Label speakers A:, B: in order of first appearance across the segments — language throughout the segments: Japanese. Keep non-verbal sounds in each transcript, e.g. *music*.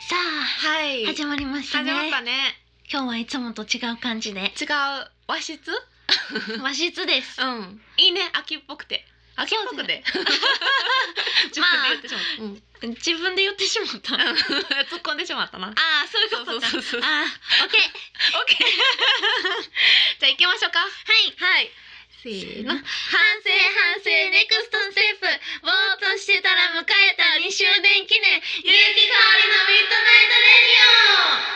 A: さあ、
B: はい
A: 始まりました
B: 始
A: ね
B: まったね
A: 今日はいつもと違う感じで
B: 違う和室
A: 和室です
B: うんいいね秋っぽくて秋っぽくて *laughs* 自分で言ってしまった、うん
A: 自分で言ってしまったああ
B: *laughs* 突っ込んでしまったな
A: そういうことか
B: そうそうそうそう
A: ああオッケー
B: オッケー *laughs* じゃあ行きましょうか
A: はい
B: はいせ
A: せー
B: ー
A: の
B: の
A: 反省反省ネクストステップぼーっとしてたら迎えた2周年記念ゆうきかおりのミッドナイト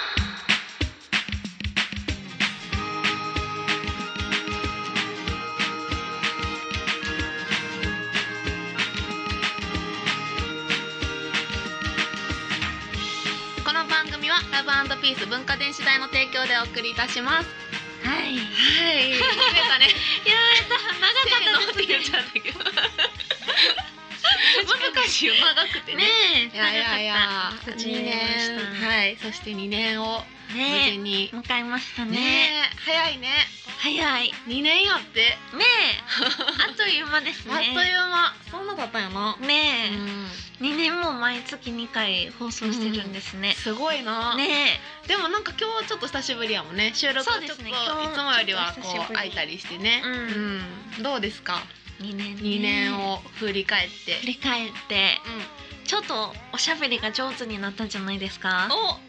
B: この番組はラブピース文化電子代の提供でお送りいたします
A: レディオはい
B: はい増えたね
A: いやー長か
B: せーの
A: っ
B: ったて
A: で
B: 言っ
A: す *laughs*
B: ちゃったけど難しいよ長くてね
A: ねえ
B: いやいやいや
A: 長かった
B: 2年はいそして2年を無事
A: ね
B: に
A: え迎えました
B: ね
A: ね
B: 早いね
A: 早いね
B: 2年やって
A: え *laughs* あっという間です
B: あっという
A: ね
B: 間そんなだったよな
A: ねえ、
B: う
A: 2年も毎月2回放送してるんです
B: ん
A: ね。
B: すごいな
A: ね
B: でもなんか今日はちょっと久しぶりやもんね収録は
A: そう
B: ち
A: で
B: ょっ
A: す
B: とい
A: ね
B: つ
A: 今日
B: もよりは
A: ちょっと久し
B: こ
A: ぶ
B: う
A: り
B: 空いたりしてね
A: うん
B: うんどうですか
A: 2年ね
B: 2年を振り返って
A: 振り返って
B: う
A: ちょっとおしゃべりが上手になったんじゃないですか
B: んお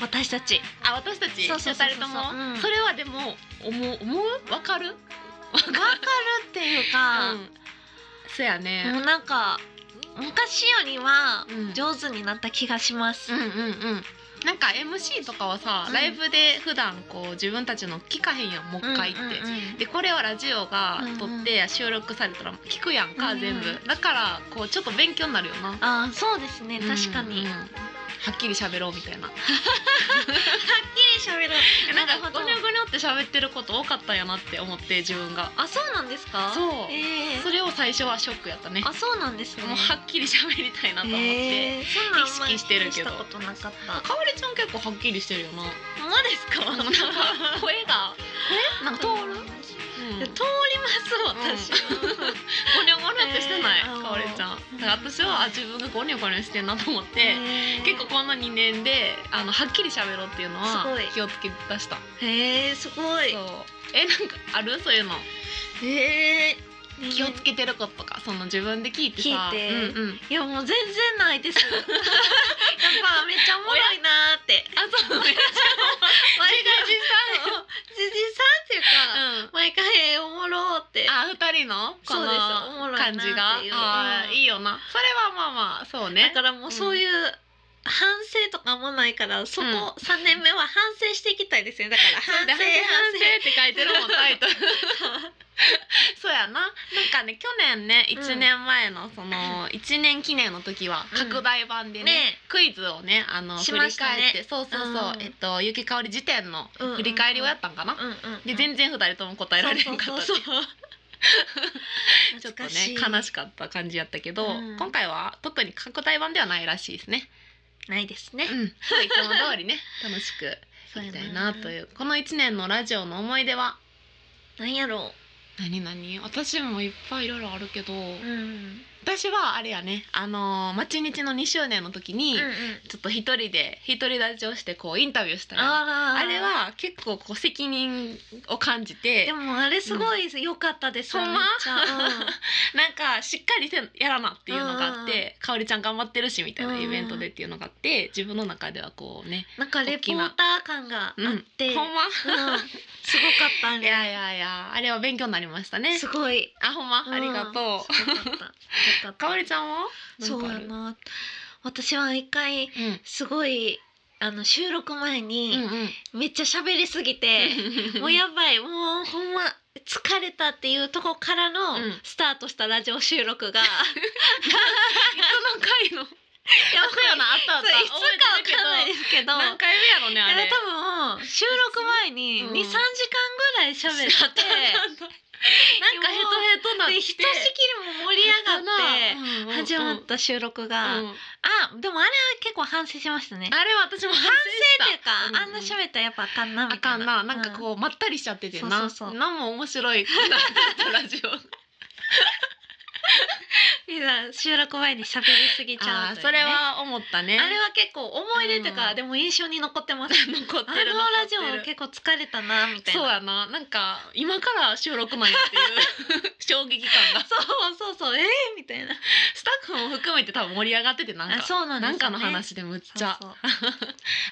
A: 私たち
B: あ私たち
A: そうそうそうそう
B: 二人とも
A: うん
B: それはでも思う思うわかる
A: わかるっていうか、
B: うんそや
A: もう
B: ね
A: なんか昔よりは
B: うん
A: 上手になった気がします、
B: うんうんうんなんか MC とかはさ、
A: うん
B: ライブで普段こう自分たちの聞かへんやんもう一回って、
A: うんうんうん
B: でこれはラジオが撮
A: うんう
B: っ
A: ん
B: て収録されたら聞くやんか、
A: うんうん
B: 全部だからこうちょっと勉強になるよな、
A: あーそうですね確かに、
B: うんうん
A: はっ
B: はっきり喋ろうみたいな
A: きり喋る
B: なんか
A: なるほど
B: ごにょごにょって喋ってること多かったんやなって思って自分が
A: あそうなんですか
B: そう
A: えー
B: それを最初はショックやったね
A: あそうなんですね
B: もうはっきり喋りたいなと思って、
A: えーそんなんあんまり
B: 意識してるけど
A: 気にしたことなかった
B: かおりちゃん結構はっきりしてるよな
A: まですか
B: なんか声がえなんか通る、
A: 通り
B: 通
A: ます私は、
B: ゴニョゴニョってしてない、
A: えー
B: かおりちゃん
A: うん。
B: だから私はあ自分がゴニョゴニョしてんなと思って、
A: へー
B: *laughs* 結構この2年であのはっきり喋ろうっていうのは
A: すごい
B: 気をつけ出した。
A: へえすごい
B: そうえなんかあるそういうの
A: へえ
B: 気をつけてることとかその自分で聞いてさ
A: 聞いて *laughs*
B: うんうん、
A: いやもう全然ない
B: *laughs*
A: ですやっぱめっちゃおもろいなーって
B: あそう
A: 毎回
B: ね、自
A: さんじじさんっていうか、
B: *laughs* うん、
A: 毎回おもろーって
B: あ二人のこ
A: そうですおもろ
B: の
A: いなって
B: 感
A: いう
B: じが
A: うん
B: あーいいよなそれはまあまあそう
A: だ
B: ね
A: からもうそういう、反省とかもないからそこ
B: うん
A: 3年目は反省していきたいですねだから
B: そう
A: 反
B: で
A: 省
B: 反省って書いてるもん
A: *laughs*
B: タイトルそうやななんかね去年ね
A: うん
B: 1年前のその1年記念の時は
A: うん
B: 拡大版でね,、
A: ね
B: クイズをねあの、
A: し
B: 振
A: ま
B: り
A: したね
B: 返ってそうそうそう、
A: うん
B: えっと雪香り辞典の
A: うんうんうん
B: 振り返りをやったんかな、
A: うんうんうん
B: で全然2人とも答えられなかったっていう
A: そうそう
B: ちょっと
A: 懐かしい
B: ね悲しかった感じやったけど、
A: うん
B: 今回は特に拡大版ではないらしいですね
A: ないですね、
B: うん、そういつも通り
A: *laughs*
B: ね楽しく
A: そう
B: い
A: や
B: きたいなと
A: う
B: いうこの1年のラジオの思い出は
A: なんやろ
B: 何何私もいっぱいいろいろあるけど、
A: う、うん、
B: 私はあれやねあのー町日の2周年の時に、ちょっと一人で一人立ちをしてこうインタビューしたらあ
A: あー
B: れは結構こう責任を感じて
A: でもあれすごい良かったです、
B: ほんま
A: めっちゃうん
B: なんかしっかりせやらなっていうのがあってかおりちゃん頑張ってるしみたいなイベントでっていうのがあって自分の中ではこうね
A: なんかレポーター感があって、
B: ほんま
A: うんすごかった
B: *laughs* いや
A: ね
B: いやいやあれは勉強になりましたね
A: すごい、
B: あほんま
A: うん
B: ありがと
A: すごかったよかった
B: うかおりちゃんは
A: そうや
B: んか
A: な私は一回
B: ある
A: すごいあの収録前
B: うんうん
A: に
B: うん
A: めっちゃ喋りすぎて、
B: *laughs*
A: もうやばいもうほんま疲れたっていうとこからの
B: うん
A: スタートしたラジオ収録 *laughs* が、
B: いつの回の
A: やば
B: そうやなあっ
A: そ
B: たあっ
A: う
B: た
A: いつかわかんない
B: 覚えてるけ
A: ですけ
B: ど
A: ど
B: 何回目やろねあ
A: いや
B: れ
A: 多分収録前に
B: うん
A: 23時間ぐらい喋っ
B: *laughs*
A: て、
B: あったあったあったなんかヘトヘトなって
A: でひとしきりも盛り上
B: 上
A: がって始まった収録が、あでもあれは結構反省しましたね。
B: あれは私も反省した
A: っていうか、
B: うんうん
A: あんな喋ったらやっぱあかんなみた
B: あ
A: いな。
B: かんななんかこうまったりしちゃっててな
A: そうそうそう
B: *laughs* なんも面白いくなかったラジオ
A: 今収録前に喋りすぎちゃ
B: あ
A: うとい
B: ー
A: うね
B: それは思ったね
A: あれは結構思い出とか、
B: うん
A: でも印象に残ってます
B: *laughs* 残ってる
A: あのラジ
B: 残って
A: オ
B: る
A: 結構疲れたなみたい
B: そう
A: な
B: やななんか今から収録なんやっていう衝撃感が
A: そうそうそうえー、みたいな
B: *laughs* スタッフも含めて多分盛り上がっててなん
A: あ
B: か
A: そうなんです
B: な
A: よ
B: ん
A: ね
B: かの話でむっちゃ
A: そう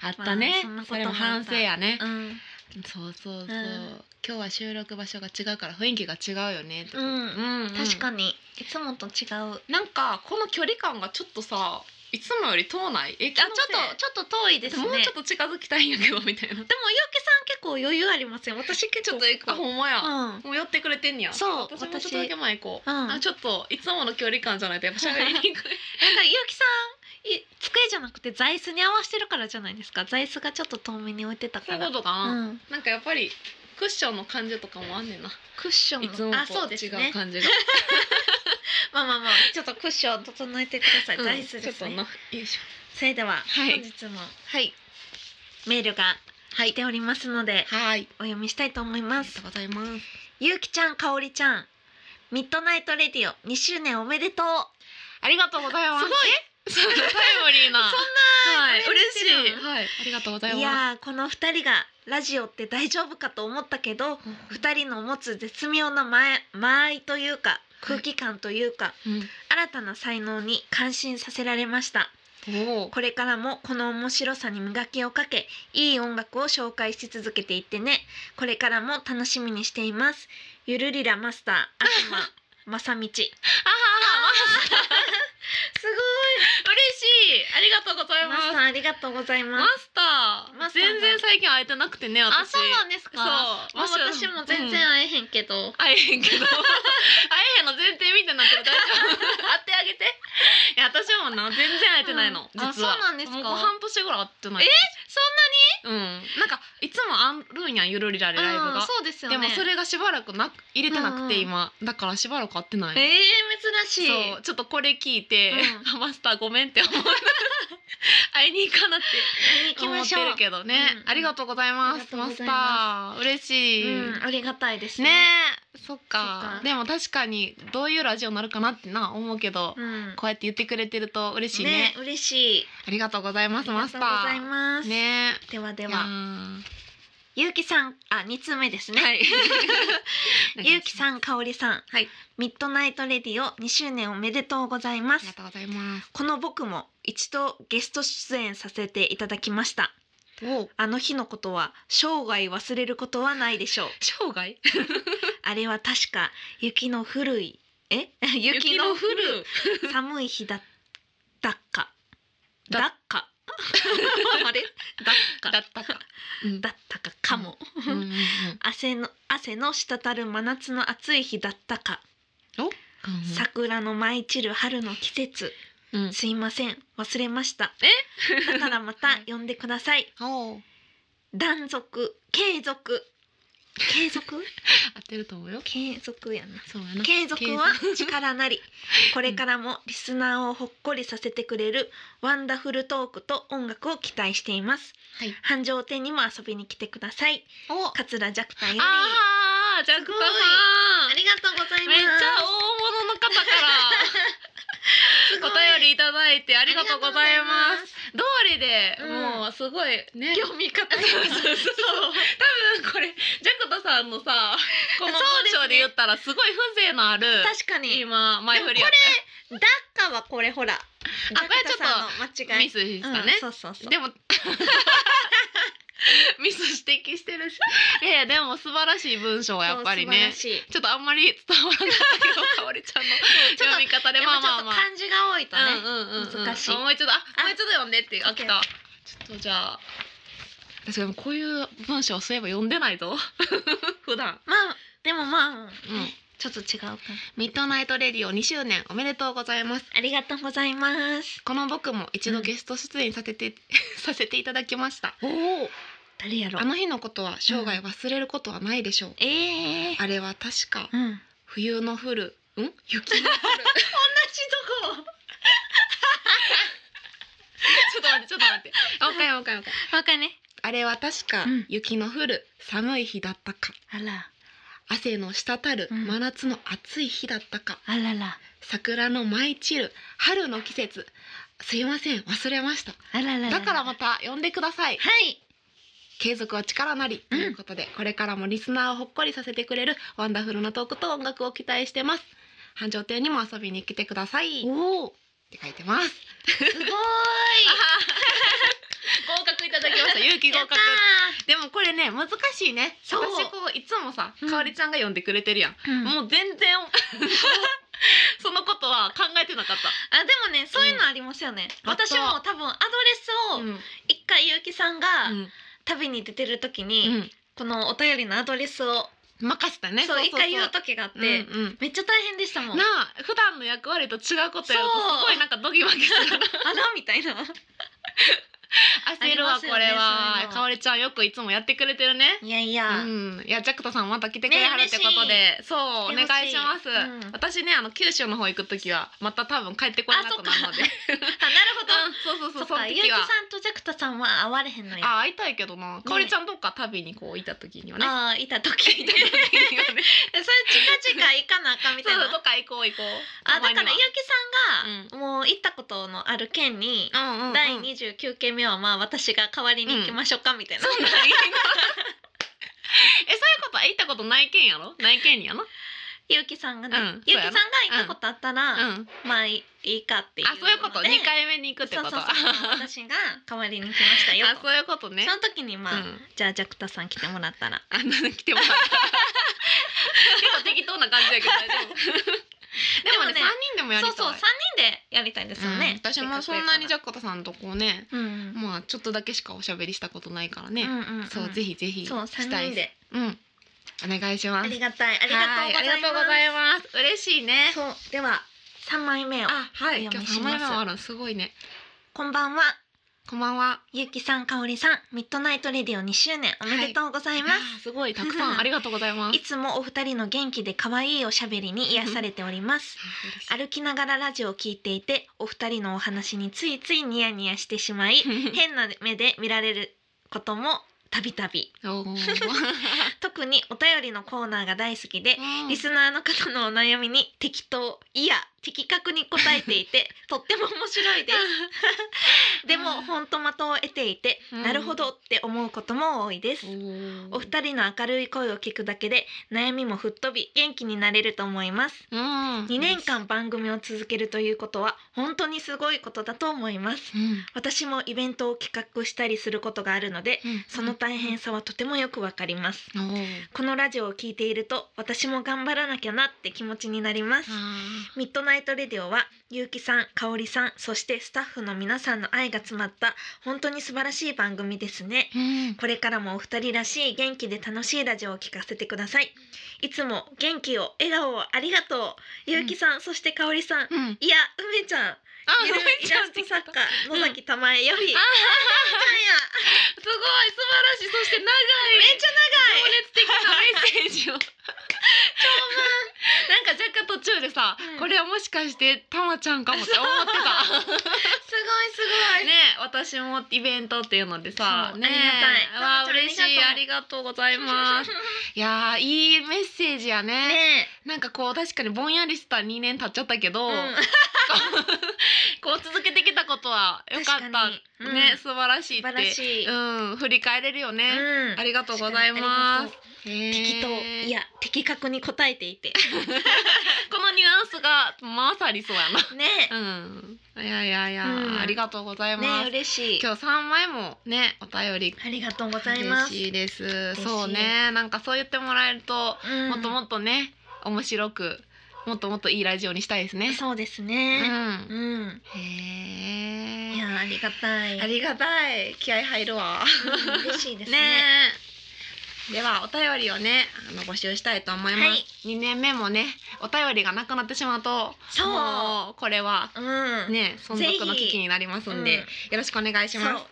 B: あったね、
A: まあそんなこと
B: それも反省やね
A: そううん
B: そうそうそう、
A: ん
B: 今日は収録場所が違うから雰囲気が違うよねとか、
A: うん
B: うんうん
A: 確かにいつもと違う
B: なんかこの距離感がちょっとさいつもより遠ないえ
A: あちょっとちょっと遠いですね
B: もうちょっと近づきたいんやけどみたいな *laughs*
A: でもゆうきさん結構余裕ありますよ私結構
B: あほんまや、
A: うん
B: もう寄ってくれてんねや
A: そう
B: 私もちょっとだけ前行こう、
A: うん
B: あちょっといつもの距離感じゃないとやっぱ喋りにくい
A: なんかゆうきさんい机じゃなくて座椅子に合わせてるからじゃないですか座椅子がちょっと遠めに置いてた
B: *laughs* そう
A: か
B: いうこ
A: ら
B: とかな、
A: うん、
B: *laughs* なんかやっぱりクッションの感じとかもあんねんな
A: クッション
B: いつも
A: あ
B: と
A: そうです
B: 違
A: ね
B: う感じが、
A: まあまあまあちょっとクッション整えてください、
B: *laughs* うん
A: 座椅子です
B: ちょっと
A: ね
B: なよいし
A: それでは、
B: はい
A: 本日も
B: ょはい
A: メールが来ておりますので、
B: はい
A: お読みしたいと思い
B: あ
A: ま
B: りが
A: す
B: とうございます
A: ゆうきちゃんかおりちゃんミッドナイトレディオ2周年おめでとう
B: ありがとうございます
A: すごい
B: すごいタイムリーな
A: そん
B: なはい
A: あれですよ
B: 嬉しいはいありがとうございます
A: いやーこの二人がラジオって大丈夫かと思ったけど二人の持つ絶妙な間間合いというか空気感というか、新たな才能に感心させられました
B: うん、おお
A: これからもこの面白さに磨きをかけいい音楽を紹介し続けていってねこれからも楽しみにしていますゆるりらマスター悪魔 *laughs* まさみち
B: あはは
A: す
B: 嬉しいありがとうござい
A: ごいマスタ
B: ま
A: ーありがとうございます
B: すマスター
A: マスターが
B: 全然最近会えてなくてね私
A: んです
B: そう
A: まあ
B: マスター
A: 私も全然会えへんけど、 *laughs*
B: 会えへんけど *laughs* 会えへんの前提みたいになってる大丈夫会ってあげていや私もな全然会えてないの、
A: うんあ
B: 実は
A: そうなんですか
B: もう半年ぐらい会ってないえそんなにうんなんかいつもあるんやんゆるりられライブ
A: うん
B: が、
A: そうですよ
B: で
A: ね
B: もそれがしばらくな入れてなくて、
A: うんうん
B: 今だからしばらく会ってない、
A: えー、珍しい
B: そうちょっとこれ聞いて、 *laughs* マスターごめんって
A: *laughs*
B: 思う会いに行かなって
A: 見に行き
B: 思
A: ま
B: っ
A: してょう
B: るけどね、
A: うんうん
B: ありがとうございま
A: ありが
B: す
A: とうご
B: マ
A: ざ
B: ス
A: いま
B: ター嬉しい、
A: うん、ありがたいです
B: ね
A: ね
B: えそっか
A: そっか
B: でも確かにどういうラジオになるかなってな思うけど、
A: うん
B: こうやって言ってくれてると嬉しいね
A: ね嬉しい
B: ありがとうござい
A: あ
B: ま
A: り
B: す
A: がとう
B: マ
A: ご
B: スター
A: ざいます、
B: ね
A: ではで
B: え
A: はいゆうきさんあ二通目ですね、
B: やー
A: *laughs*
B: はい
A: ゆうき
B: ん
A: さんかおりさん、
B: はい、
A: ミッドナイトレディオ2周年おめでとうございま
B: ありが
A: す
B: とうございます
A: この僕も一度ゲスト出演させていただきました
B: お
A: あの日のことは生涯忘れることはないでしょう
B: 生涯
A: あれは確か雪の降るいえ *laughs* 雪の降る寒い日だだっか
B: だ
A: だっ
B: *laughs*
A: かあれだっか
B: だったか、うん
A: だったかかも、
B: うんうんうん
A: 汗の汗の滴る真夏の暑い日だったか、
B: うん
A: 桜の舞い散る春の季節
B: うん
A: すいません忘れました
B: え
A: だからまた
B: *laughs*
A: 呼んでください
B: おう
A: 断続継続継続
B: 合ってると思うよ
A: 継続やな
B: そうやな
A: 継続は力なりこれからもリスナーをほっこりさせてくれるワンダフルトークと音楽を期待しています
B: はい
A: 繁盛店にも遊びに来てください
B: お
A: 桂ジャクタより
B: あージャクタさん
A: ありがとうござい
B: め
A: ま
B: っ
A: す
B: ちゃ大物の方
A: *laughs*
B: から
A: すごい
B: お便りいただいてありがとうございます。
A: す
B: 道理で、
A: うん
B: もうすごいね。
A: 読み方が
B: *laughs* そうそうそう多分これジャクタさんのさこの文章で言ったらすごい風情のある、
A: 確かに
B: 今前振りやっ
A: ダッカはこれほらあ
B: これちょっと
A: と
B: たよミスしたね。
A: そうそうそう
B: でも *laughs* ミス指摘してるしいやいやでも素晴らしい文章はやっぱりね
A: そう素晴らしい
B: ちょっとあんまり伝わらなかったけどかおりちゃんの
A: ちょっと
B: 読み方で
A: でも
B: まあ
A: ちょ
B: ま
A: っ
B: あ
A: と
B: まあ
A: 漢字が多いとね、
B: うんうんうんうん、
A: 難しい
B: あもう一度あもう一度読んでっていう
A: あ
B: あ来たちょっとじゃあ確かにこういう文章をそういえば読んでないぞ *laughs* 普段
A: まあでもまあ、
B: うん
A: ちょっと違うかな
B: ミッドナイトレディオ2周年おめでとうございます
A: ありがとうございます
B: この僕も一
A: う
B: 度
A: ん
B: ゲスト出演させて、 *laughs* させていただきました
A: おお誰やろ
B: あの日のことは生涯忘れることはないでしょう、
A: ええ
B: あれは確か
A: うん同
B: 冬の降るん雪の降る
A: じとこ
B: *laughs* ちょっと待ってちょっと待ってもう一回もう一回もう一回
A: わかんね
B: あれは確か
A: うん
B: 雪の降る寒い日だったか
A: あら
B: 汗の滴る
A: うん
B: 真夏の暑い日だったか、
A: あらら
B: 桜の舞い散る春の季節すいません忘れました
A: あらら
B: だから
A: は
B: また呼んでください
A: い
B: 継続は力なりということで、これからもリスナーをほっこりさせてくれるワンダフルなトークと音楽を期待してます繁盛亭にも遊びに来てくださいっ
A: おお
B: て書いてます
A: すごーい
B: 合格いただき *laughs* ました勇気合
A: やった
B: 格でもこれね難しいね
A: そう
B: 私こういつもさ
A: うん
B: かおりちゃんが呼んでくれてるやん、
A: ー、うん
B: もう全然 *laughs* そのことは考えてなかっ
A: あでもねそういうのありますよね、
B: うんあった
A: 私も多分アドレ
B: た
A: スを一回ゆうきさんが
B: うん
A: 旅に出てる時に、
B: うん
A: このお便りのアドレスを
B: 任せたね
A: そう一回言う時があって、
B: うんうん
A: めっちゃ大変でしたもん
B: なあ普段の役割と違うことやると
A: そう
B: すごいなんかドギマ
A: *laughs*
B: ギする
A: あらみた *laughs* いな
B: 焦るわ
A: あります
B: こ
A: よねそうい
B: れ
A: う
B: は
A: の
B: かおりちゃんよくいつもやってくれてるね
A: いやいうや、
B: ん、いやジャクタさんまた来てくれはるってこと
A: ね
B: で、そうお願
A: 来てほしい
B: いします、
A: うん
B: 私ねあの九州の方行く時はまた多分帰ってこれなくなるので
A: あなるほど、
B: うんそうそうそ
A: そうっ
B: その
A: かゆう
B: 時
A: きさ
B: は
A: んとジャクタさんは会われへんのや
B: あ会いたいけどなかおりちゃんどっか旅にこういた時にはね *laughs*
A: あーい *laughs* た時
B: いた時にはね
A: それ近々行かなあかんみ
B: そ
A: たいうな
B: どっか行こう行こう
A: あだからゆうき
B: うん
A: さんがもう行ったことのある県に、
B: ら
A: 第
B: うんうんうん、
A: 29件目はまあ私が代わりに行きましょうかみたいな、
B: そうなんや *laughs* えそういうことは行ったことない県やろない県やな
A: ゆうきさんがね、
B: うん
A: ゆうき
B: そう
A: さんが行
B: やな
A: ったことあったら、
B: うん
A: まあいいいかっていう
B: あそういうこと
A: ので
B: 二回目に行くって
A: そう
B: こ
A: そ
B: と
A: うそう
B: あ
A: 私が代わりに来ました
B: *laughs*
A: よと
B: そういうことね
A: その時にまあ、
B: うん
A: じゃあジャクタさん来てもらったら
B: あんなの来ても
A: *laughs*
B: らった結構適当な感じやけど大丈夫でも
A: でも
B: ね
A: ね
B: 三人でもやりた
A: そ
B: いう
A: そう三人でやりたいですよね、
B: うん私もそんなにジ
A: ゃ
B: ャコタさんとこうね
A: うん、
B: まあちょっとだけしかおしゃべりしたことないから
A: う
B: ね、
A: んうんうん、
B: そうぜひぜひ
A: そう三
B: したい
A: 人
B: で
A: です
B: うんお願いしま
A: あ
B: す
A: りがたいありが
B: はいありがと
A: と
B: う
A: う
B: ご
A: ご
B: ざ
A: ざ
B: い
A: いま
B: ます嬉しいね
A: すそうでは三枚目を
B: あはい
A: お読
B: 今
A: み
B: 日
A: し
B: 名
A: ます
B: 前もあるすごいね
A: こんばんは
B: こんばんは
A: ゆうきさんかおりさんミッドナイトレディオ2周年おめでとうございます、
B: あすごいたくさんありがとうございます
A: いつもお二人の元気で可愛いおしゃべりに癒されております。
B: あ
A: 歩きながらラジオを聞いていて、お二人のお話についついニヤニヤしてしまい、
B: れ
A: 変な目で見られることもたびたび。
B: *laughs* おー
A: 特にお便りのコーナーが大好きで、
B: う
A: *laughs*
B: ん
A: リスナーの方のお悩みに適当、いや、的確に答えてい
B: *laughs*
A: て、とっても面白いです。でも、ほんと的を得ていて、
B: うん
A: なるほどって思うことも多いです
B: お。ー
A: お二人の明るい声を聞くだけで悩みも吹っ飛び元気になれると思います
B: うん
A: 2年間番組を続けるということは本当にすごいことだと思います
B: うん
A: 私もイベントを企画したりすることがあるので
B: うん
A: その大変さはとてもよくわかります
B: おー
A: このラジオを聞いていると私も頑張らなきゃなって気持ちになります
B: あ
A: ミッドナイトレディオはゆうきさん、かおりさん、そしてスタッフの皆さんの愛が詰まった本当に素晴らしい番組ですね
B: ーうん
A: これからもお二人らしい元気で楽しいラジオを聞かせてください。いつも元気を笑顔をありがとう。ゆうきさん、そして香りさん。
B: うん
A: いや、梅ちゃん。
B: あ
A: ゆるイラスト作家野崎たまえより。あ
B: すごい素晴らしいそして長い
A: めっちゃ
B: 情熱的なメッセ
A: *laughs*
B: ージをなんか若干途中でさ、
A: うん
B: これはもしかしてたまちゃんかもって思ってた
A: 長い。すごいすご
B: *laughs* ね私もイベントっていうのでさ
A: そう
B: ね
A: ありがたい
B: わ
A: たま
B: あ
A: ちゃん
B: 嬉しいあ
A: あ
B: り
A: り
B: がとうございます
A: *laughs*
B: いやーいいメッセージやね
A: ね
B: なんかこう確かにぼんやりした2年経っちゃったけど、
A: え。
B: こう続けてきたことはよかった
A: 確かにうん
B: ね素晴らしい
A: 素
B: って
A: 晴らしい。
B: うん振り返れるよね、
A: うん
B: ありがとうございます。
A: 適当いや的確に答えて
B: *laughs*
A: いて
B: このニュアンスがまさにそうや
A: *laughs*
B: な。
A: ね
B: うん。いやいやいや、
A: うん
B: ありがとうござい
A: えね
B: ま
A: え
B: す。
A: 嬉しい
B: 今日三枚もねお便り
A: ありがとうございま
B: 嬉
A: す
B: しいです。
A: しい
B: そうね、なんかそう言ってもらえると、
A: うん
B: もっともっとね面白く、もっともっといいラジオにしたいですね。
A: そうです
B: う
A: ね
B: ん。
A: うん
B: へ
A: い
B: え。
A: やありがたい
B: ありがたい。気合入るわ。
A: うん嬉しいです
B: ね
A: ね。
B: えではお便りをねあの募集したいと思います、
A: はい
B: 2年目もねお便りがなくなってしまうと
A: そう
B: もうこれは
A: うん。
B: ね存続の危機になりますんで、
A: うん
B: よろしくお願い
A: そ
B: し
A: う
B: ます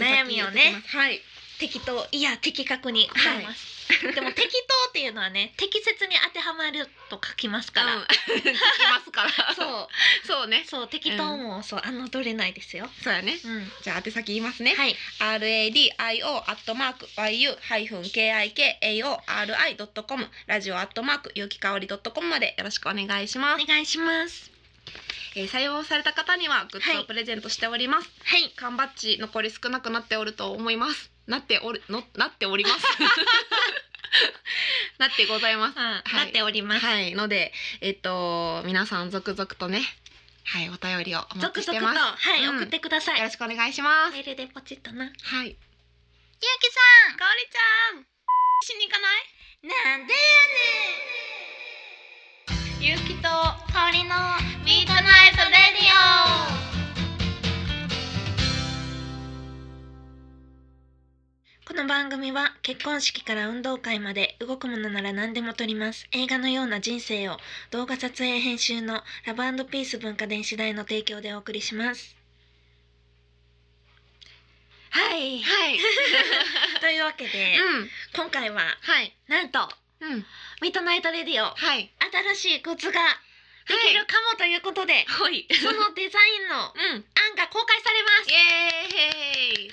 A: 悩みをね
B: はい
A: 適当いや的確に答えます。 *laughs*
B: *laughs*
A: でも適当っていうのはね適切に当てはまると書きますから。
B: うん聞きますから
A: そう
B: う *laughs* そうね
A: そう適当も、そうあの取れないですよ。
B: そうやね
A: うん、
B: じゃあ宛先言いますね、
A: はい
B: radio アットマーク yu ハイフン kikaori ドットコムラジオアットマーク有機香りドットコムまでよろしくお願いします、
A: お願いします。
B: えー採用された方にはグッズをプレゼントしております、
A: はい
B: 缶バッジ残り少なくなっておると思いますなっておるのなっております
A: *laughs*
B: *laughs* なってございます
A: はいなっております。
B: はいのでえっと皆さん続々とねはいお便りをお待
A: 続
B: ちして
A: 々
B: ま
A: と
B: す
A: はい、
B: うん
A: 送ってください。
B: よろしくお願いします
A: メールでポチッとな。ゆう
B: はい
A: きさん、かおりちゃん、しに行かない？なんでやねん。ゆうきとかおりのミートナイトレディオ。この番組は結婚式から運動会まで動くものなら何でも撮ります映画のような人生を動画撮影編集のラブピース文化電子台の提供でお送りしますはい
B: はい
A: というわけで、
B: うん
A: 今回は
B: はい
A: なんと
B: うん
A: ミッドナイトレディオ
B: はい
A: 新しいグッズができるかもということで、
B: *laughs* はい
A: そのデザインの
B: うん
A: 案が公開されます
B: イ
A: *laughs*
B: エーイ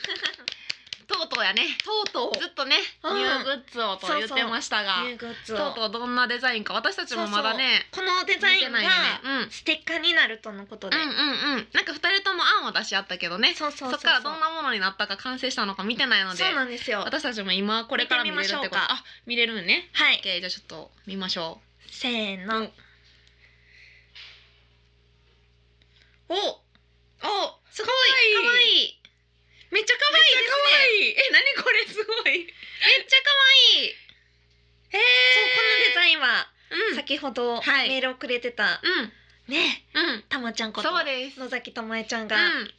B: とうとうやね
A: と
B: ずっとね
A: うん
B: ニューグッズをと言ってましたが
A: ニューグッズを
B: とうとうどんなデザインか私たちもまだね
A: このデザインが
B: 見てないよねうん
A: ステッカーになるとのことで、
B: うんうんうんなんか二人とも案を出し合ったけどね
A: そうそうそう
B: そっからどんなものになったか完成したのか見てないので
A: そうなんですよは
B: 私たちも今これから見れるってこ
A: 見てみ
B: と
A: ましょうか
B: あ見れるんね
A: い
B: OK じゃあちょっと見ましょ
A: せーの、
B: うん
A: すごい
B: うおおかわいい
A: かわいいめっちゃかわいいですね
B: いいえ何これすごい
A: めっちゃかわいいそう
B: へえ
A: このデザインは
B: うん
A: 先ほど
B: はい
A: メールをくれてた、ね
B: うんうん
A: たまちゃんこと
B: そうです
A: 野崎とまえちゃんが、
B: うん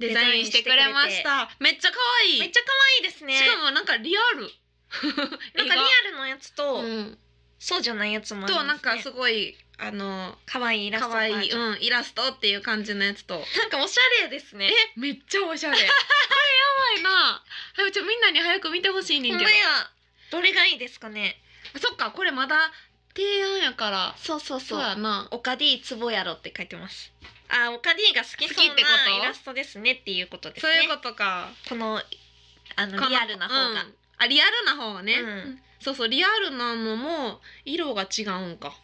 B: デザインしてくれましためっちゃ可愛い
A: めっちゃ可愛いですね
B: しかもなんかリアル *laughs*
A: なんかリアルのやつと、
B: 絵がうん
A: そうじゃないやつもありま
B: と
A: す、ね、
B: なんかすごいあの
A: 可愛いイラスト
B: 可愛
A: バー
B: い
A: ジョン
B: うんイラストっていう感じのやつと
A: なんかおしゃれですね
B: えめっちゃお *laughs* しゃれこれやばいなはよちょみんなに早く見てほしいね
A: ほ
B: ん
A: ん
B: け
A: ま
B: ど
A: やどれがいいですかね
B: そっかこれまだ提案やから
A: そうそう
B: そうやな
A: オカディツボやろって書いてますあオカディが好きそう
B: 好きっ
A: な
B: てこと
A: イラストですねっていうことです
B: そ
A: ね
B: ういうことか
A: このあのリアルな方が、
B: うんあリアルな方がね、
A: うん
B: そうそうリアルなのも色が違うんか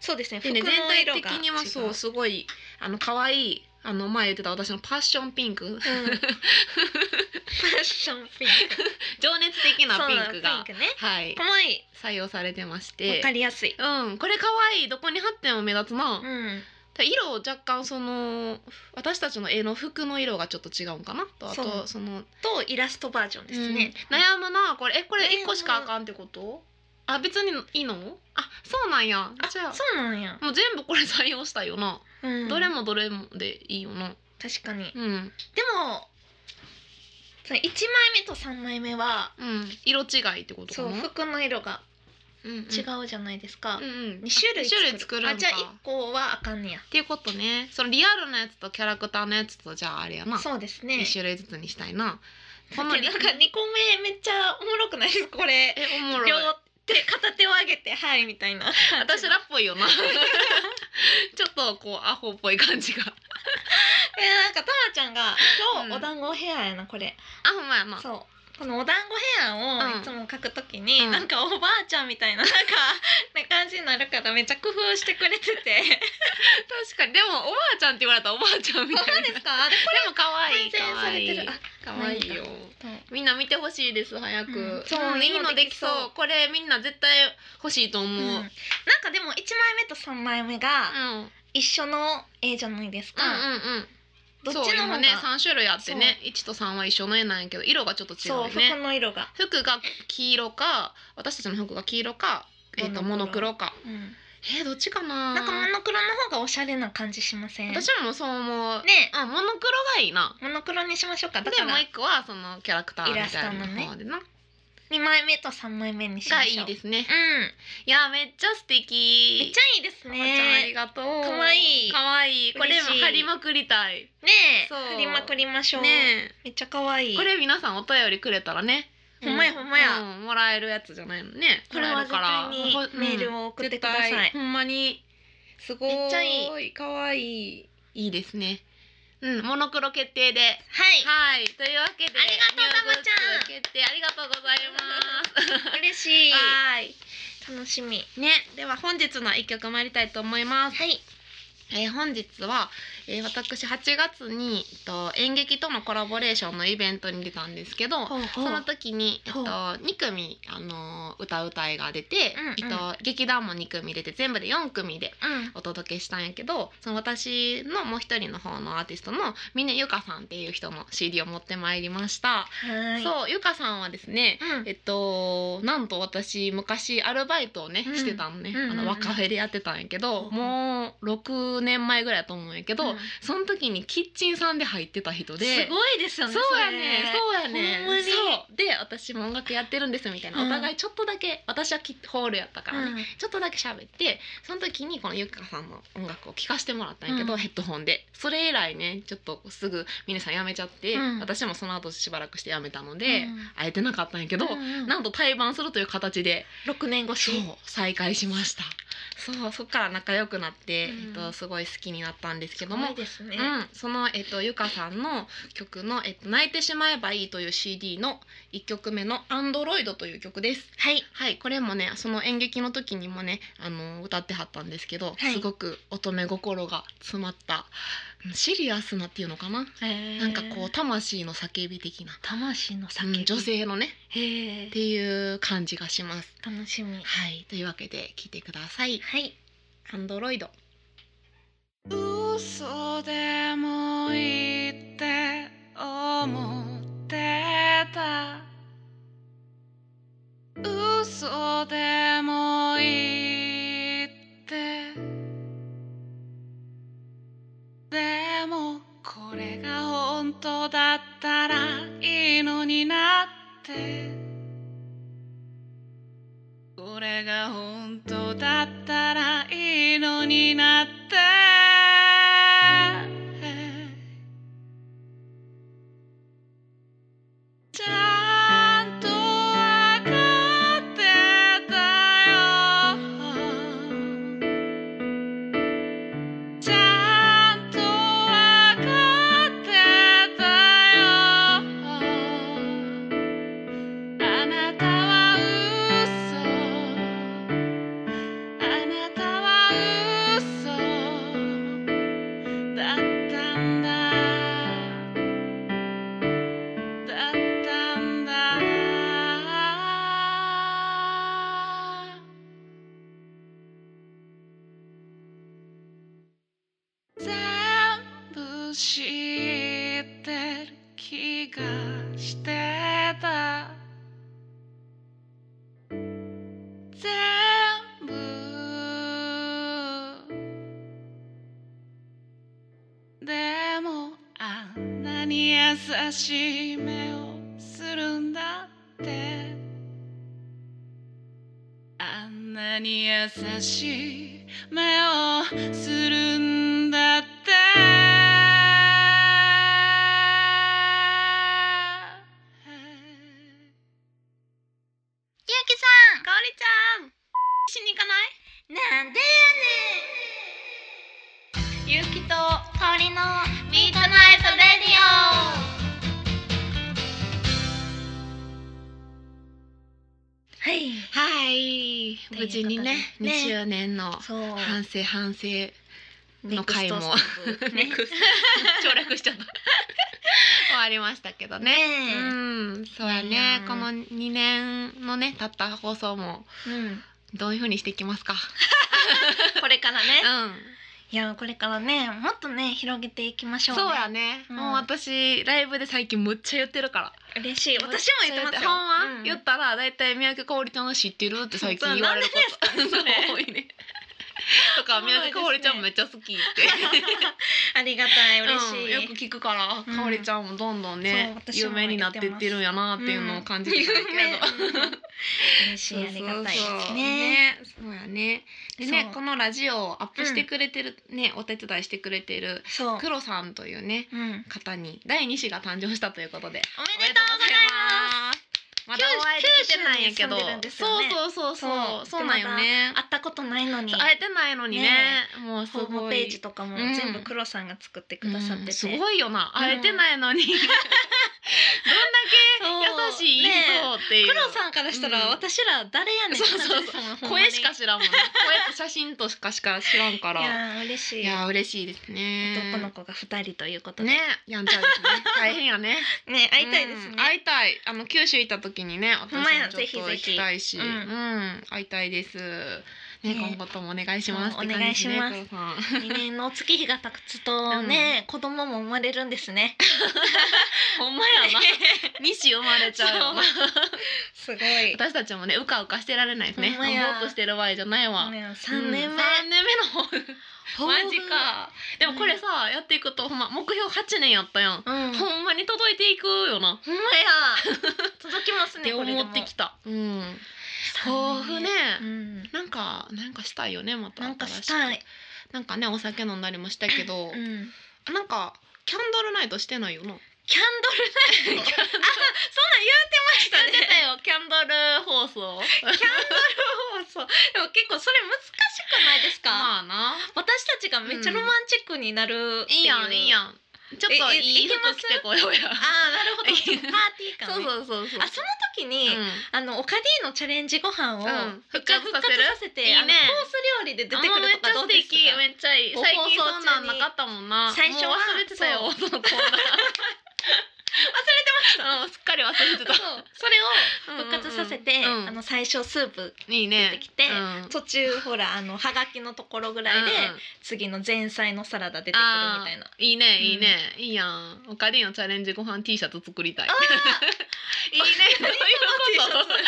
A: そうですね
B: で
A: 服の
B: ね
A: 色
B: 全
A: が
B: 体的にはそう
A: 違
B: すごいあの可愛いあの前言ってた私のパッションピンク *laughs*
A: うんファッションピン *laughs* ク
B: 情熱的なピンク
A: そうな
B: が
A: のピンクね
B: はい
A: 可愛い
B: 採用されてまし
A: わ
B: て
A: かりやすい
B: うんこれ可愛いどこに貼っても目立つな、
A: うん
B: ただ色を若干その私たちの絵の服の色がちょっと違うんかなとあ
A: そう
B: とその
A: とイラストバージョンですね、
B: うん悩むなこれえこれ
A: 悩む
B: 一個しかあかんってことあ別にいいのあそうなんや
A: あ
B: じゃあ
A: そうなんや、
B: もう全部これ採用したいよな、
A: うん
B: どれもどれもでいいよな
A: 確かに
B: うん
A: でもその1枚目と3枚目は
B: うん色違いってことか
A: そう
B: な
A: 服の色が
B: うんうん、
A: 違うじゃないですか、
B: うんうん
A: 二2種類
B: あ種類作るん
A: あ
B: か
A: じゃあ1個はあかんねや
B: っていうことねそのリアルなやつとキャラクターのやつとじゃああれやな
A: そうですね
B: 一種類ずつにしたいな
A: だ
B: この
A: ってなんか2個目めっちゃおもろくないですかこれ
B: えおも
A: 両
B: ろい
A: 手片手を上げてはいみ *laughs* たいな感じ
B: 私
A: の
B: らっぽい
A: *laughs*
B: よなちょっとこうアホっぽい感じが
A: えなんかたまちゃんが今
B: うん
A: 日お団子ヘアやなこれ、
B: あほんまやな
A: そうこのお団子ヘア
B: う
A: を
B: ん
A: いつも描くときに、
B: うん
A: なんかおばあちゃんみたいななんかな感じになるからめっちゃ工夫してくれてて
B: *laughs* 確かにでもおばあちゃんって言われたらおばあちゃんみた
A: 本
B: いな
A: 当ですか
B: これも可愛い
A: 改善
B: 可
A: され
B: 愛
A: て
B: い
A: る
B: 可愛いよ
A: あ
B: みんな見てほしいです早く、
A: うん
B: そう
A: うん
B: いいのできそう
A: いいのできそう
B: これみんな絶対欲しいと思う、
A: うん、なんかでも1枚目と3枚目が
B: うん
A: 一緒の絵じゃないですか、
B: うんうんうん
A: どっちの
B: そう
A: 方
B: 今
A: が
B: ね3種類あってね1と3は一緒の絵なんやけど色がちょっと違う
A: そう
B: よ
A: 服
B: ね
A: の色が、
B: 服が黄色か私たちの服が黄色か、えー、とモ
A: モ
B: ノ
A: ノ
B: ク
A: ク
B: ロ
A: ロ
B: かえー、どっちかな
A: なんかモノクロの方がおしゃれな感じしません
B: 私もそう思う、
A: ね
B: うんモノクロがいいな
A: モノクロにしましょうか
B: で
A: だから
B: もう一個はそのキャラクターみたいな方でな、
A: 2枚目と3枚目にしま
B: が
A: し
B: い
A: ょう
B: いですね
A: うん
B: いやめっちゃ素敵
A: めっちゃいいです
B: おばあちゃんあり
A: ね
B: がとう
A: かわいい
B: かわいいこれ
A: 嬉しい
B: 貼りまくりたい
A: ねえ
B: そう
A: 振りまくりましょう、
B: ね
A: めっちゃ可愛い
B: えこれ皆さんお便りくれたらね
A: ほんまやほんまや
B: うんもらえるやつじゃないのね
A: これは絶対に
B: もらえるから
A: メールを送ってください
B: 絶対ほんまにすごい
A: めっちゃい
B: い可愛いいいですねうんモノクロ決定で
A: は
B: はいというわけで
A: ありがとう
B: ニューグッズ
A: たまちゃん
B: 決定ありがとうございます
A: い、嬉しい。
B: はい
A: 楽しみ。
B: ねでは本日の一曲参りたいと思います
A: はい。
B: えー本日は、えー私8月に、えっと、演劇とのコラボレーションのイベントに出たんですけどその時に、えっと、
A: ほう
B: 2組、あのー歌う歌いが出て、
A: うんうん
B: えっと、劇団も2組出て全部で4組で
A: うん。
B: お届けしたんやけどその私のもう一人の方のアーティストの峰ゆかさんっていう人の CD を持ってまいりました。
A: はい。
B: そうゆかさんはですね
A: うん。
B: えっと、なんと私昔アルバイトをね、
A: うん
B: してたのね、
A: うんうんうん
B: あのワカフェでやってたんやけど、
A: うん
B: もう6年前ぐらいだと思うんやけど、
A: うん
B: その時にキッチンさんで入ってた人
A: す
B: で。
A: ごいですよね。
B: そうやね
A: う。
B: そうや
A: ほんま
B: ね
A: に
B: そうで私も音楽やってるんですみたいな、
A: うん
B: お互いちょっとだけ私はキホールやったからね、
A: うん
B: ちょっとだけ喋ってその時にこのゆかさんの音楽を聴かせてもらったんやけど、
A: うん
B: ヘッドホンでそれ以来ねちょっとすぐ皆さん辞めちゃって、
A: うん
B: 私もその後しばらくして辞めたので、
A: うん
B: 会えてなかったんやけど、なんと対バンするという形で
A: 六年越
B: そう
A: し。
B: 再会しましたそうそっから仲良くなって、
A: うん
B: えっと、すごい好きになったんですけ
A: す
B: ども
A: ごいですね。
B: うん、その、えっと、ゆかさんの曲の「えっと、泣いてしまえばいい」という CD の1曲目の「アンドロイド」という曲です。
A: はい。
B: はい、これもねその演劇の時にもねあの歌ってはったんですけど、
A: はい
B: すごく乙女心が詰まったうんシリアスなっていうのかな、なんかこう魂の叫び的な、
A: 魂の
B: うん
A: 叫び。
B: 女。性のね
A: へえ
B: っ。ていう感じがします。
A: 楽しみ。
B: はい、というわけで聞いてください。
A: はい。
B: アンドロイド。
C: 嘘でもいいって思ってた嘘でもいいってでもこれが本当だったらいいのになってこれが本当だったらいいのになってちゃんとわかってたよちゃんとわかってたよ「あなたは嘘あなたは嘘だったんだだったんだ」「全部知ってる気がしてた」全部でもあんなに優しい目をするんだってあんなに優しい目をするんだって
A: ゆうきさん。かおりちゃん。しに行かない。なんでやねん。ゆうきとかおりのミートナイトレディオ。はい。
B: はい、
A: ということで
B: 無事にね、
A: ね
B: 2周年の
A: そう。
B: 反省反
A: *laughs*
B: 省、の
A: ネクス
B: 回
A: ト
B: も
A: ステップね。
B: 省略しちゃった終わりましたけどね。う
A: ね
B: ん、そうやね
A: う。ん
B: この2年のね、経った放送も
A: え。うん。
B: どういう風にしていきますか。
A: これからね。
B: うん、
A: いやこれからねもっとね広げていきましょう、ね。
B: そうやね。
A: うん
B: もう私ライブで最近むっちゃ言ってるから。
A: 嬉しい。私も言ってますよ。
B: ほんま
A: うん
B: 言ったらだいたい三宅香織ちゃんの知ってるって最近言われること *laughs*
A: そうなんですかそれ *laughs*
B: 多いね。とか
A: おもろいですね
B: 三宅香織ちゃんめっちゃ好きって。
A: ありがたい嬉しい。
B: うんよく聞くから、
A: うん
B: かおりちゃんもどんどんね、
A: そう私
B: 有
A: も
B: 名になってってるんやなっていうのを感じて
A: *laughs*
B: たんやけど。
A: うん有名うん嬉しいありがたいですね。
B: ね。そうやね。でね
A: そう
B: このラジオをアップしてくれてる、ねお手伝いしてくれてる
A: そう。うん。おめで
B: クロさんというね
A: とうござい
B: 方に第二子が誕生したということで。
A: ます。
B: まだお会いできてないんやけど、
A: 九州に住んでるんですよね
B: そうそうそうそ
A: そうう
B: そうなんよね
A: 会ったことないのに
B: そう会えてないのにね
A: ね
B: もうす
A: ホ
B: ごい
A: ームページとかも
B: うん
A: 全部黒さんが作ってくださってて、
B: うんすごいよな
A: うん
B: 会えてないのに、 *laughs* どんだ
A: そう
B: け優しい人っていう、
A: 黒さんからしたら、
B: うん
A: 私ら誰やねん
B: そうそう
A: そう
B: 声しか知らんもん、ね、声と写真としかしか知らんか
A: い
B: ら
A: やー嬉しい
B: いや嬉しいですね
A: 男の子が二人ということで
B: ねやんちゃです
A: *laughs*
B: ね大変やね
A: ね会いたいですね、
B: うん会いたいあの九州行った時にね私
A: ほん
B: も
A: まや
B: ちょっと行きたいし
A: ぜひぜひ
B: う
A: うん
B: 会いたいですね
A: ね
B: 今後ともお願いしますって
A: うん
B: 感
A: お願い
B: じ
A: し
B: ね
A: ます
B: 黒さん *laughs*
A: 二年のお月日が経つとね、子供も生まれるんです *laughs* ね。
B: ほんまや
A: *laughs*
B: な二子生まれちゃうよな
A: すごい。
B: 私たちもねうかうかしてられないですね
A: ほんまや
B: ぼーっとしてる場合じゃないわ
A: ね三年目。
B: 3年目の方 *laughs* マジかでもこれさやっていくとほんま目標8年やったやん、
A: 抱負。うん。ほんまや。
B: ほんまに届いていくよな、
A: *laughs* 届きます
B: っ
A: ね。
B: て
A: これで
B: 思
A: も
B: ってきたうん抱
A: 三
B: 負
A: 年
B: ね
A: 目、うん。
B: なんかなんかしたいよねまた
A: なんか
B: 新
A: し
B: く
A: たい。
B: なんかねお酒飲んだりもしたけど、
A: うん。
B: なんかキャンドルナイトしてないよな
A: キャンド *laughs* ルライト。あ、そんなん言ってましたね。
B: よキャンドル放送
A: キャンドル放送。でも結構それ難しくないですか？
B: *laughs* まあな
A: 私たちがめっちゃロマンチックになるっていう。
B: いいやんいい
A: ん。
B: やんちょっと
A: ええ
B: いい
A: 行きま
B: 服
A: す
B: 着てこようや
A: ああ、な *laughs* るほど。ちょっとパーティー感ね。
B: そうそうそうそう
A: あ、その時に。
B: うん
A: あのオカディのチャレンジご飯を
B: うん
A: 復活
B: 復
A: 復
B: 活さ
A: 活
B: せる
A: させて、
B: いいね
A: あのコース料理で出てくるとかどうですか
B: あ？めっちゃ素敵めっちゃいい
A: お
B: 最近
A: 放
B: そ
A: 送中
B: ん
A: に
B: なんなかったもんな
A: 最初は
B: もう忘れてたよそのコーナー忘れてました *laughs* うんすっかり忘れて
A: そう
B: た
A: それを復活させて、
B: うんうん
A: あの最初スープ
B: いいね
A: 出てきて
B: うん
A: 途中ほらあのハガキのところぐらいで、
B: うんうん
A: 次の前菜のサラダ出てくるみたいな。
B: いいねいいね、いいやんおかりのチャレンジご飯 T シャツ作りたいいいねそういうこと私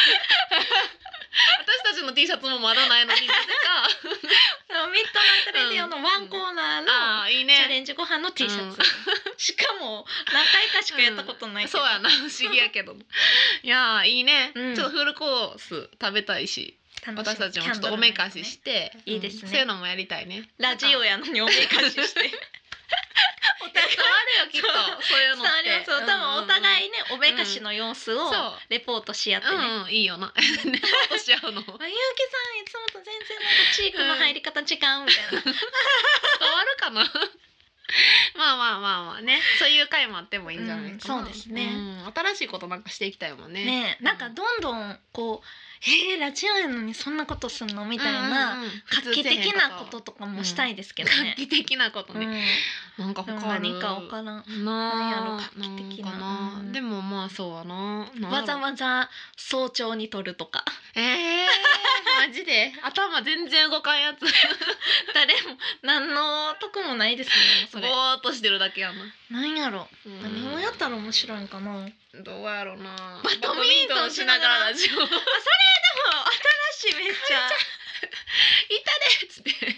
B: たちの T シャツもまだないのになぜ
A: *laughs* あのミッドナイトレディオのワンコーナー
B: か
A: の、
B: あーいい
A: チャレ
B: ね
A: ンジご飯の T シャツ、
B: う
A: しかも何回かしかやったことないけ
B: そ
A: ど、
B: うやな不思議やけどいやーいいね、
A: うん
B: ちょっとフルコース食べたいし
A: 楽しみ
B: 私たちもちょっとおめかしして、
A: いいですね
B: うんそういうのもやりたいね
A: ラジオ
B: や
A: やのにおめか
B: *laughs*
A: ししてお互い
B: 伝わるよきっとそういうの
A: 伝
B: っ
A: わりま
B: て
A: すよ多分お互いねおめかしの様子を
B: そう
A: レポートし合ってね、
B: うんうんいいよな *laughs* ねほっとし合
A: *laughs*
B: うの
A: まあ、ゆうきさんいつもと全然なんかチークの入り方違うみたいな、
B: 変わるかなまあまあまあまあねそういう回もあってもいいんじゃないかな、
A: うんそうですね
B: うん新しいことなんかしていきたいもん
A: *laughs*
B: ね
A: ねえなんかどんどんこう「えー、ラジオやのにそんなことすんの?」みたいな、
B: うんうんうん
A: 画期的なこととかもしたいですけどね
B: 画。期的なこと
A: うん
B: ね、なんか
A: でも
B: 他ある
A: 何か分からん
B: なあ
A: なんやろ画期的なん
B: かな
A: うん
B: でもまあそうやななんやろ
A: わざわざ早朝に撮るとか
B: ええー、マジで頭全然動かんやつ
A: *laughs* 誰も何の得もないですね
B: ぼ
A: それ
B: ーっとしてるだけやな、
A: なんやろ
B: うん
A: 何をやったら面白いんかな
B: どうやろうな
A: バドミントンしながら
B: バドミントンしながラジオ
A: 新しいめっちゃ
B: 「痛で!」っつって
A: でも結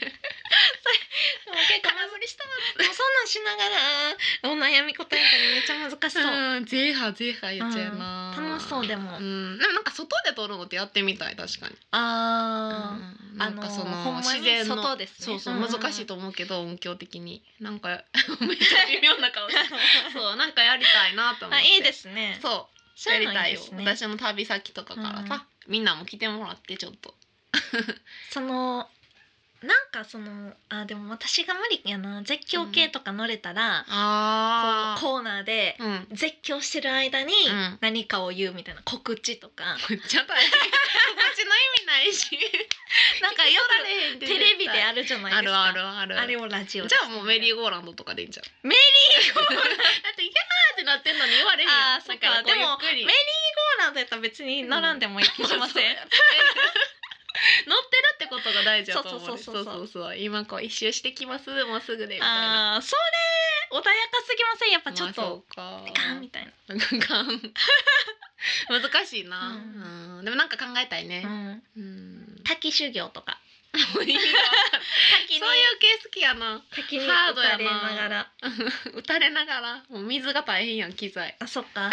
A: 構無理したでもそんなんしながらお悩み答えたりめっちゃ難 *laughs* しそう、
B: うん、ゼーハーゼーハー言っちゃうな、
A: うん楽しそうでも
B: うん、でもなんか外で撮るのってやってみたい確かに、
A: あ
B: うん
A: あ
B: なんかその、
A: あのーほんまに
B: 自然の
A: 外ですね
B: そうそう
A: うん
B: 難しいと思うけど、音響的にな
A: *laughs*
B: んかめっちゃ微妙な顔してそうなんかやりたいな
A: ー
B: と思っ
A: あ
B: て
A: いいですね
B: そう
A: そう
B: や
A: い
B: り
A: うの
B: たい
A: いい
B: よ
A: ですね
B: 私の旅先とかからさ、みんなも来てもらってちょっと
A: そのなんかそのあでも私が無理やな絶叫系とか乗れたら、
B: あ
A: こうコーナーで
B: ううん
A: 絶叫してる間に
B: うん
A: 何かを言うみたいな告知と
B: *laughs*
A: か、
B: めっちゃ大変こっちの意味ないし
A: なんかよく
B: れへん
A: テレビであ
B: る
A: るじゃないで
B: あ
A: す
B: る
A: か
B: あるある
A: あれをラジオ
B: じゃあもうメリーゴーランドとかでいいんじゃん
A: メ
B: リーゴーランドだって「ギャー!」ってなってんのに言わ *laughs* れへんやん
A: あーそっ
B: だ
A: から
B: こう
A: でも
B: ゆっくり
A: メコーナーだったら別に並んでもいい気しません、
B: *laughs*
A: *laughs*
B: 乗ってるってことが大事だと思うね
A: そうそうそうそう
B: そうそうそう今こう一周してきますもうすぐでみたいな
A: ああーそれ穏やかすぎませんやっぱちょっと、
B: まあそうか
A: ガンみたいな、
B: ガン *laughs* 難しいな、
A: うん
B: うんでもなんか考えたいね、
A: うん、
B: うん、
A: 滝修行とか
B: そういう
A: 滝に
B: 系好きやな
A: 滝に
B: ハー
A: 打
B: ドや
A: た
B: な
A: れながら
B: 打たれながらもう水が大変やん機材
A: あそっ *laughs* か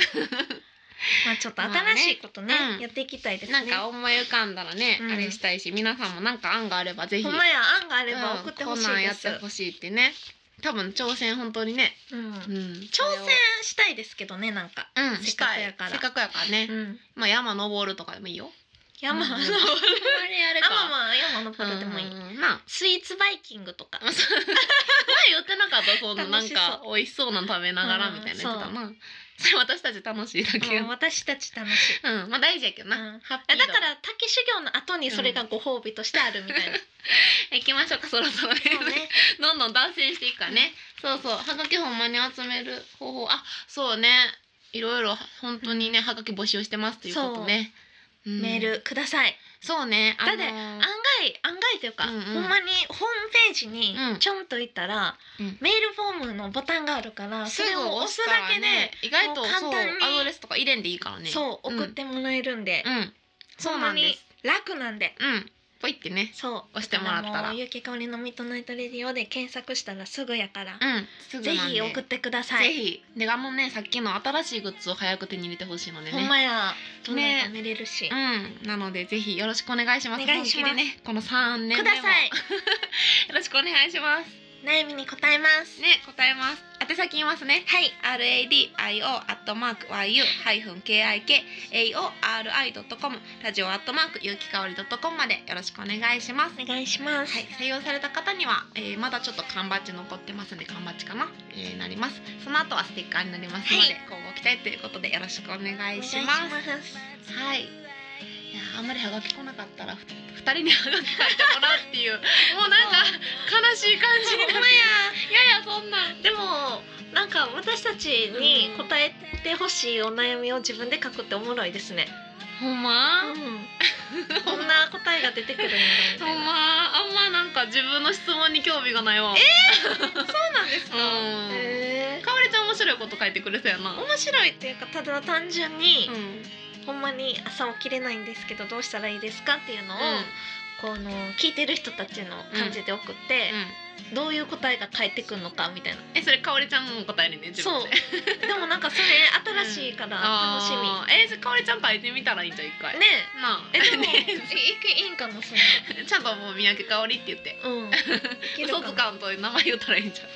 A: まあちょっと
B: まあね
A: 新しいことね,、
B: うん
A: やっていきたいですね
B: なんか思い浮かんだらね、
A: うん
B: あれしたいし皆さんもなんか案があればぜひ
A: ほんまや案があれば
B: うん
A: 送ってほしい
B: こんなんや
A: で
B: っ
A: す、
B: てほしいってね多分挑戦本当にね、
A: うん、挑
B: うん、
A: 戦したいですけどねなんか、
B: うん、
A: せっかくやから
B: せっかくやからね、
A: うん、
B: まあ山登るとかでもいいよ
A: 山
B: うん
A: の、あ
B: あん
A: ん
B: ま
A: ま
B: り
A: りあ
B: あれ
A: れ
B: か
A: か山山登るでもいい、
B: うんうんなあ
A: スイーツバイキングとか
B: あそう前言ってなかったそんななんか美味しそうなの食べながらみたいなやつだなそれ *laughs* 私たち楽しいだけ
A: う
B: や
A: ん私たち楽しい
B: うん、まあ大事やけどな、
A: うん
B: ハッピ
A: だ
B: ー度
A: から滝修行の後にそれがご褒美としてあるみたいな、
B: 行きましょうかそろ *laughs* そろね
A: そうね
B: *laughs* どんどん断線していくからねそうそうはがきほんまに集める方法あそうねいろいろ本当にねはがき募集してますということね、うん
A: メールください
B: そうねあ
A: だっ
B: の
A: て案外案外というか、
B: うんうん
A: ほんまにホームページに
B: うん
A: ちょんといたら、
B: うん
A: メールフォームのボタンがあるからそ
B: す
A: れ
B: ぐ
A: を押
B: 押
A: す
B: すだ
A: だけ
B: け
A: で、
B: で、意外と
A: もう簡
B: そう
A: 単に
B: アドレスとか入れんでいいからね
A: そう
B: うん
A: 送ってもらえるんで、
B: うん
A: そ
B: そう
A: う
B: な
A: なんん
B: で
A: です楽なんで
B: うんポイってね
A: そう
B: 押してもらったら
A: あのゆきかおりのミッドナイトレディオで検索したらすぐやから、
B: うんすぐ
A: ぜ
B: なんで
A: ひ送ってください、
B: ぜひでがもねさっきの新しいグッズを早く手に入れてほしいのでね
A: ほんまやどんな
B: ね
A: んか見れるし、
B: うん、なのでぜひよろしくお願いします。
A: お願いします
B: 本気でね、この三年
A: く
B: でも
A: ださい
B: よろしくお願いします。
A: 悩みに答えます、
B: ね、答えます。宛先言いますね。
A: はい
B: R A D I O アットマーク Y U ハイフン K I K A O R I ドットコムラジオアットマーク有機香りドットコムまでよろしくお願いします。
A: お願いします、
B: はい、採用された方には、えーまだちょっと缶バッジ残ってますので缶バッジかな、えーなりますその後はステッカーになりますので、
A: は
B: 今後期待ということでよろしくお願いし
A: お
B: ます
A: 願いします
B: はい。いやあんまりハガキ来なかったらふ二人にハガキ書いてもらうっていうもうなんか悲しい感じにな
A: ほん
B: っ
A: ま
B: て
A: やで
B: いやいやそんな
A: もなんか私たちに答えてほしいお悩みを自分で書くっておもろいですね。
B: ほんま、
A: こんな答えが出てくるんだみ
B: ほ
A: たい
B: ん
A: な。
B: まあんまなんか自分の質問に興味がないわ
A: そうなんです
B: うん、
A: へ
B: かおりちゃん面白いこと書いてくれたよな
A: ー面白いっていうかただ単純に、
B: ん
A: ほんまに朝起きれないんですけどどうしたらいいですかっていうのを、この聞いてる人たちの感じで送って、どういう答えが返ってくるのかみたいな。
B: えそれかおりちゃんも答えるね自
A: そう
B: 分で
A: でもなんかそれ新しいから楽しみ。
B: あーえー、じゃあかおりちゃん書いてみたらいいんじゃん一回
A: ね
B: なあ
A: え。えでも、
B: *laughs* ね
A: えいいいいんかなそんな。
B: ちゃんともう三宅かおりって言って
A: うん。
B: 嘘つかんと名前言ったらいいんじゃん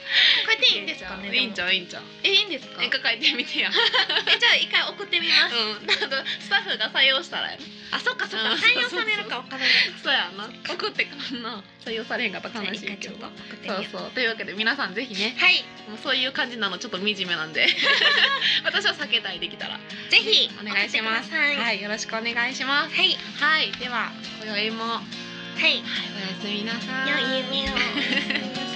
A: 書いていいんですかね。
B: いいんちゃういいんちゃう
A: え、いいんですか。
B: 絵
A: え、
B: 描書いてみてやうん
A: じゃあ、一回送ってみます。
B: あと *laughs* スタッフが採用したらやな
A: あ、そっか、そっか、
B: うん
A: 採用されるかわからない。
B: そうやな送ってかんな採用されへんかったら悲しい
A: じゃあ一
B: けど
A: 回ちょっと送ってみ
B: そ
A: よ
B: う
A: う
B: そうというわけで皆さんぜひね
A: はい、
B: もうそういう感じなのちょっと惨めなん *laughs* で私は避けたいできたら
A: ぜひ
B: お願いします
A: 送ってください。
B: はいよろしくお願いします
A: はい、
B: はいでは今宵もはい
A: はい、
B: おやすみなさい
A: 良い夢を。